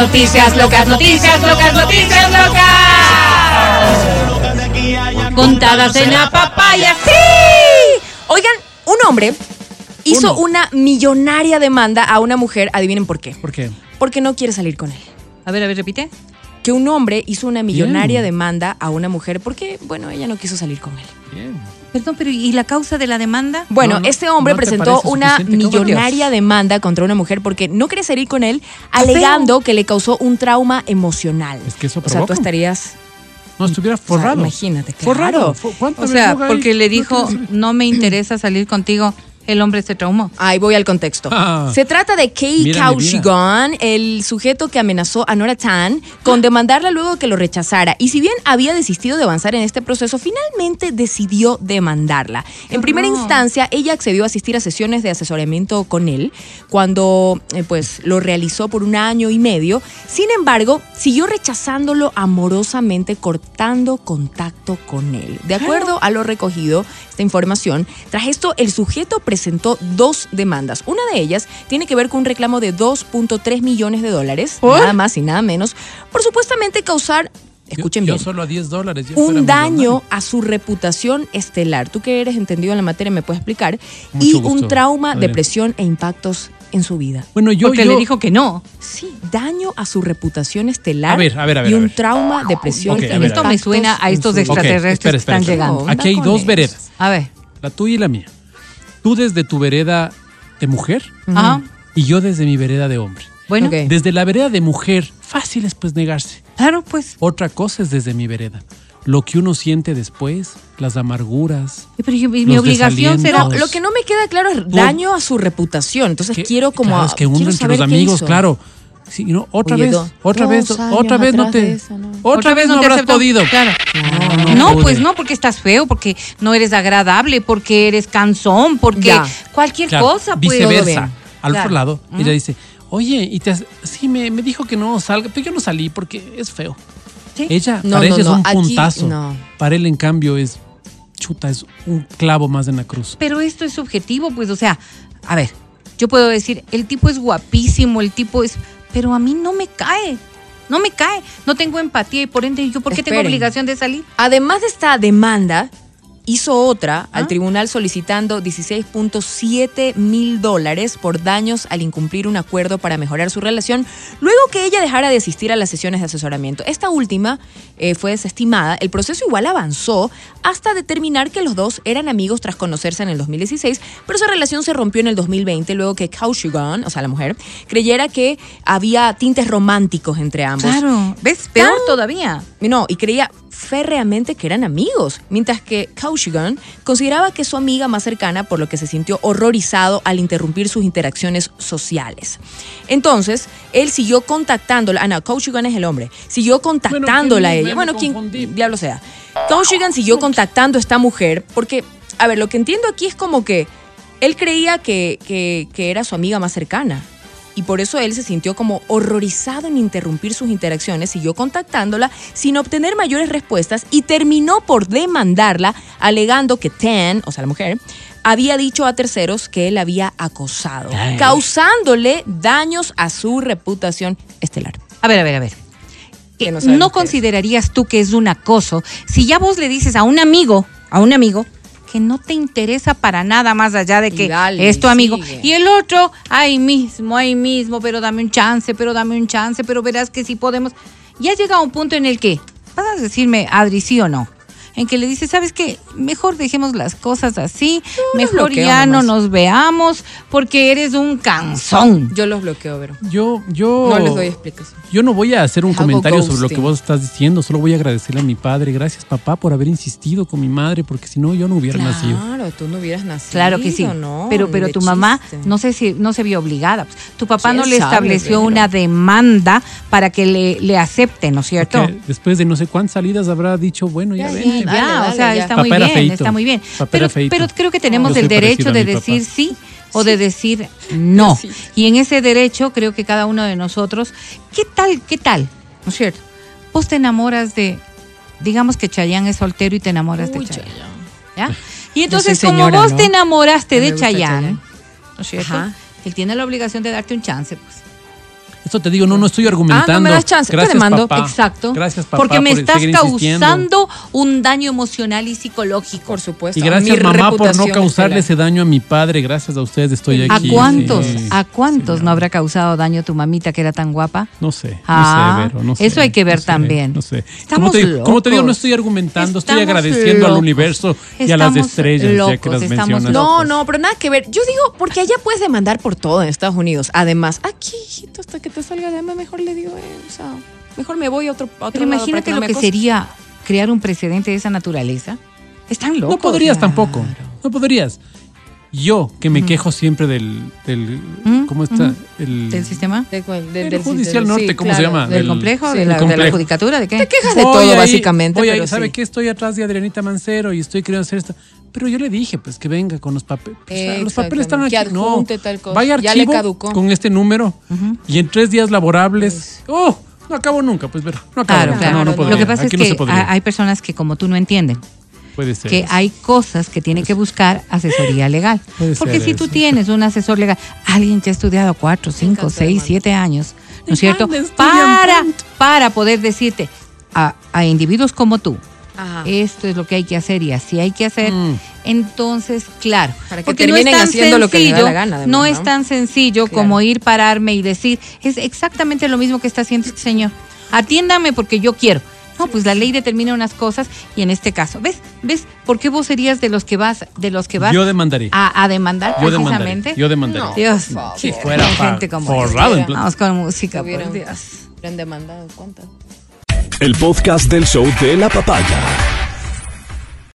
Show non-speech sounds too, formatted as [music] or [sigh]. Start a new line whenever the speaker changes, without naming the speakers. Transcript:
Noticias locas, noticias locas, noticias locas. Contadas en la papaya.
¡Sí! Oigan, un hombre hizo
Uno.
una millonaria demanda a una mujer, adivinen por qué.
¿Por qué?
Porque no quiere salir con él.
A ver, a ver, repite.
Que un hombre hizo una millonaria
Bien.
demanda a una mujer porque, bueno, ella no quiso salir con él.
Bien.
Perdón, pero ¿y la causa de la demanda?
Bueno,
No, no,
este hombre
¿no te
presentó
parece
una
suficiente? Qué barbaridad.
millonaria demanda contra una mujer porque no quería salir con él, alegando que le causó un trauma emocional.
Es que eso
O sea, tú
provoca.
estarías
No estuviera
sea,
forrado.
imagínate, claro.
Forrado. Fu- ¿cuánta
O sea,
verruga hay?
porque le
No
dijo,
tienes-
no me interesa salir contigo, el hombre se traumó.
Ahí voy al contexto.
Ah.
Se trata de Kei
Mira mi vida.
Kaushigan, el sujeto que amenazó a Nora Tan con demandarla luego que lo rechazara. Y si bien había desistido de avanzar en este proceso, finalmente decidió demandarla. En primera
horror.
instancia, ella accedió a asistir a sesiones de asesoramiento con él cuando eh, pues, lo realizó por un año y medio. Sin embargo, siguió rechazándolo amorosamente, cortando contacto con él. De acuerdo a lo recogido, esta información, tras esto el sujeto presentó dos demandas. Una de ellas tiene que ver con un reclamo de 2.3 millones de dólares, nada más y nada menos, por supuestamente causar,
Yo-
escuchen
yo
bien,
solo a 10 dólares. ya fuera
un daño
millonario.
a su reputación estelar. Tú que eres entendido en la materia me puedes explicar.
Mucho
y
gusto,
un trauma,
Adriana.
depresión e impactos en su vida.
Bueno, yo,
Porque le
yo-
dijo que no.
Sí, daño a su reputación estelar
A ver, a ver, a ver,
y
a
un
ver.
trauma, depresión
Ok, a
e
ver, a ver.
Esto me suena a
impactos en
estos
su
extra-
vida.
extraterrestres
espera, espera,
que están
espera.
llegando.
Aquí hay
Onda
dos
con
veredas,
A ver.
la tuya y la mía. Tú desde tu vereda de mujer
Ajá.
y yo desde mi vereda de hombre.
Bueno,
Ok.
Desde la vereda de mujer, fácil es pues negarse.
claro, pues.
Otra cosa es desde mi vereda. Lo que uno siente después, las amarguras.
Pero yo- mi
Los
obligación será.
No, lo que no me queda claro es
Tú-
daño a su reputación. Entonces
que-
quiero como
claro,
a-
es que uno
quiero
entre
saber
los
qué
amigos,
hizo.
claro. Sí, no, otra
Oye,
vez,
do-
otra
dos
vez, otra
años
vez no
atrás
te
de eso, ¿no?
otra vez no
te
habrás
aceptó.
podido.
Claro.
No,
No,
pude.
pues no, porque estás feo, porque no eres agradable, porque eres cansón, porque
Ya.
cualquier
Claro,
cosa, pues.
Todo bien.
Viceversa. Al
Claro.
otro lado,
Ujú.
Ah.
ella dice, oye, y te has- sí, me, me dijo que no salga, pero yo no salí porque es feo.
Sí.
Ella
No,
para
no,
ella es
no,
un
aquí,
puntazo.
no.
Para él, en cambio, es chuta, es un clavo más en la cruz.
Pero esto es subjetivo, pues, o sea, a ver, yo puedo decir, el tipo es guapísimo, el tipo es. Pero a mí no me cae. No me cae. No tengo empatía y por ende, ¿yo por qué tengo
Esperen.
obligación de salir?
Además de esta demanda, hizo otra
¿Ah?
al tribunal solicitando 16.7 mil dólares por daños al incumplir un acuerdo para mejorar su relación, luego que ella dejara de asistir a las sesiones de asesoramiento. Esta última eh, fue desestimada. El proceso igual avanzó hasta determinar que los dos eran amigos tras conocerse en el 2016, pero su relación se rompió en el 2020 luego que Kaushigan, o sea, la mujer, creyera que había tintes románticos entre ambos.
Claro. ¿Ves? Peor todavía.
No, y creía férreamente que eran amigos, mientras que Kaushigan consideraba que es su amiga más cercana, por lo que se sintió horrorizado al interrumpir sus interacciones sociales. Entonces, él siguió contactándola. Ah, no, Kaushigan es el hombre. Siguió
Bueno,
contactándola a
¿quién?
ella.
Me
Bueno,
confundí.
quien diablo sea. Kaushigan siguió contactando a esta mujer porque, a ver, lo que entiendo aquí es como que él creía que, que- que era su amiga más cercana. Y por eso él se sintió como horrorizado en interrumpir sus interacciones, siguió contactándola sin obtener mayores respuestas y terminó por demandarla alegando que Tan, o sea la mujer, había dicho a terceros que él había acosado,
Ay.
causándole daños a su reputación estelar.
A ver, a ver, a ver.
Que no
Eh,
sabemos
¿No
qué es.
considerarías tú que es un acoso si ya vos le dices a un amigo, a un amigo, que no te interesa para nada más allá de
Y
que
dale,
es tu amigo?
sigue.
Y el otro, ahí mismo, ahí mismo, pero dame un chance, pero dame un chance, pero verás que sí podemos. Ya llega un punto en el que, vas a decirme, Adri, sí o no, en que le dices, ¿sabes qué? Mejor dejemos las cosas así, mejor
bloqueo
ya no
nomás.
nos veamos, porque eres un cansón.
Yo los bloqueo, Vero.
Yo, yo.
No les doy explicación.
Yo no voy a hacer un
Hago
comentario sobre lo
ghosting.
que vos estás diciendo, solo voy a agradecerle a mi padre. Gracias, papá, por haber insistido con mi madre, porque si no, yo no hubiera nacido.
Claro, tú no hubieras nacido.
Claro que sí.
no,
pero
ni
pero
de
tu mamá
chiste.
no sé si no se vio obligada. Pues, tu papá
¿Quién
no le
sabe,
estableció
pero?
una demanda para que le, le acepten, ¿no es
Porque
cierto?
después de no sé cuántas salidas habrá dicho, bueno, ya,
Ya,
ven.
Sí,
Dale,
ya,
dale,
o sea,
ya.
está
Papá
muy
era
bien,
feito.
está muy bien.
Papá
Pero,
era feito.
pero creo que tenemos
Yo
el
soy
derecho
parecido a
de
mi papá.
decir sí o de decir no. Y en ese derecho creo que cada uno de nosotros, ¿qué tal? ¿Qué tal? ¿No es cierto? Vos te enamoras de, digamos que Chayanne es soltero y te enamoras de
Uy,
Chayanne. ¿ya?
Chayanne.
Y entonces,
soy
como
señora,
vos
¿no?
te enamoraste
No me
de
gusta
Chayanne,
Chayanne.
¿no es cierto?
Ajá.
Él tiene la obligación de darte un chance, pues.
Esto te digo, no, no estoy argumentando.
Ah, no me das chance, te
Gracias,
demando.
papá.
Exacto.
Gracias, papá.
Porque me
por
estás
seguir insistiendo.
causando un daño emocional y psicológico.
Por supuesto.
Y gracias,
Mi
mamá, por no
reputación
causarle
es
ese daño a mi padre. Gracias a ustedes estoy
¿A
aquí.
cuántos,
Sí.
a cuántos no habrá causado daño tu mamita que era tan guapa?
No sé,
Ah,
no sé, Vero, no sé,
eso hay que ver
no sé,
también.
No sé.
Estamos
como, te, digo- como te digo, no
locos.
estoy argumentando, estoy
Estamos
agradeciendo al
locos.
universo y a las
Estamos
estrellas, ya que
locos,
las
estamos
mencionas.
No, no, pero nada que ver. Yo digo, porque allá puedes demandar por todo en Estados Unidos. Además, aquí, hijito, hasta que te salga de mí, mejor le digo, eh, o sea, mejor me voy a otro, a otro
Pero
lado
imagínate lo
para no me
que
acosen.
sería crear un precedente de esa naturaleza. Están locos.
No podrías
claro.
tampoco. No podrías. Yo, que me quejo siempre del. del
Mm,
¿Cómo está?
mm.
El,
¿Del sistema?
De cuál, de-
El
del-
judicial
del-
norte, ¿cómo se llama?
¿Del
Del-
complejo?
sí,
de, la,
el
¿De la
complejo.
judicatura? ¿De qué?
Te quejas de
Voy
todo,
ahí,
básicamente.
voy ahí,
pero
¿sabe
sí.
qué? Estoy atrás de Adrianita Mancero y estoy queriendo hacer esto. Pero yo le dije, pues que venga con los papeles. los papeles están aquí.
Exactamente. Que
No.
adjunte tal cosa.
Vaya
Ya le
archivo
caducó.
con este número y en tres días laborables.
Pues.
¡Oh! No acabo nunca, pues, pero no acabo.
Claro,
nunca.
claro.
No, no
lo que
podría.
pasa
Aquí
es
no
que
se podría.
ha- hay personas que como tú no entienden.
Puede ser.
que hay cosas que tiene que buscar asesoría legal.
[laughs] Puede
Porque
ser
si tú
eso.
tienes un asesor legal, alguien que ha estudiado cuatro, cinco,
encanta,
seis,
hermano.
siete años, ¿no es
Me encanta,
cierto?
estudian
Para,
tanto.
para poder decirte a, a individuos como tú,
Ajá.
esto es lo que hay que hacer y así hay que hacer,
Mm.
entonces, claro.
Para que terminen haciendo lo que les da la gana, además,
no es
¿no?
tan sencillo
Claro.
como ir pararme y decir, es exactamente lo mismo que está haciendo este señor. Atiéndame porque yo quiero. No, pues la ley determina unas cosas y en este caso, ¿ves? ¿Ves? ¿Por qué vos serías de los que vas, de los que vas
Yo demandaré.
a, a demandar
yo
precisamente?
demandaré. Yo demandaré.
No.
Dios,
Por favor.
qué
Si fuera
hay
pa-
gente como
forrado en
esta.
plan-
Vamos con música, por
Tuvieron-
Dios.
Lo han demandado, ¿cuántas?
El podcast del show de la papaya.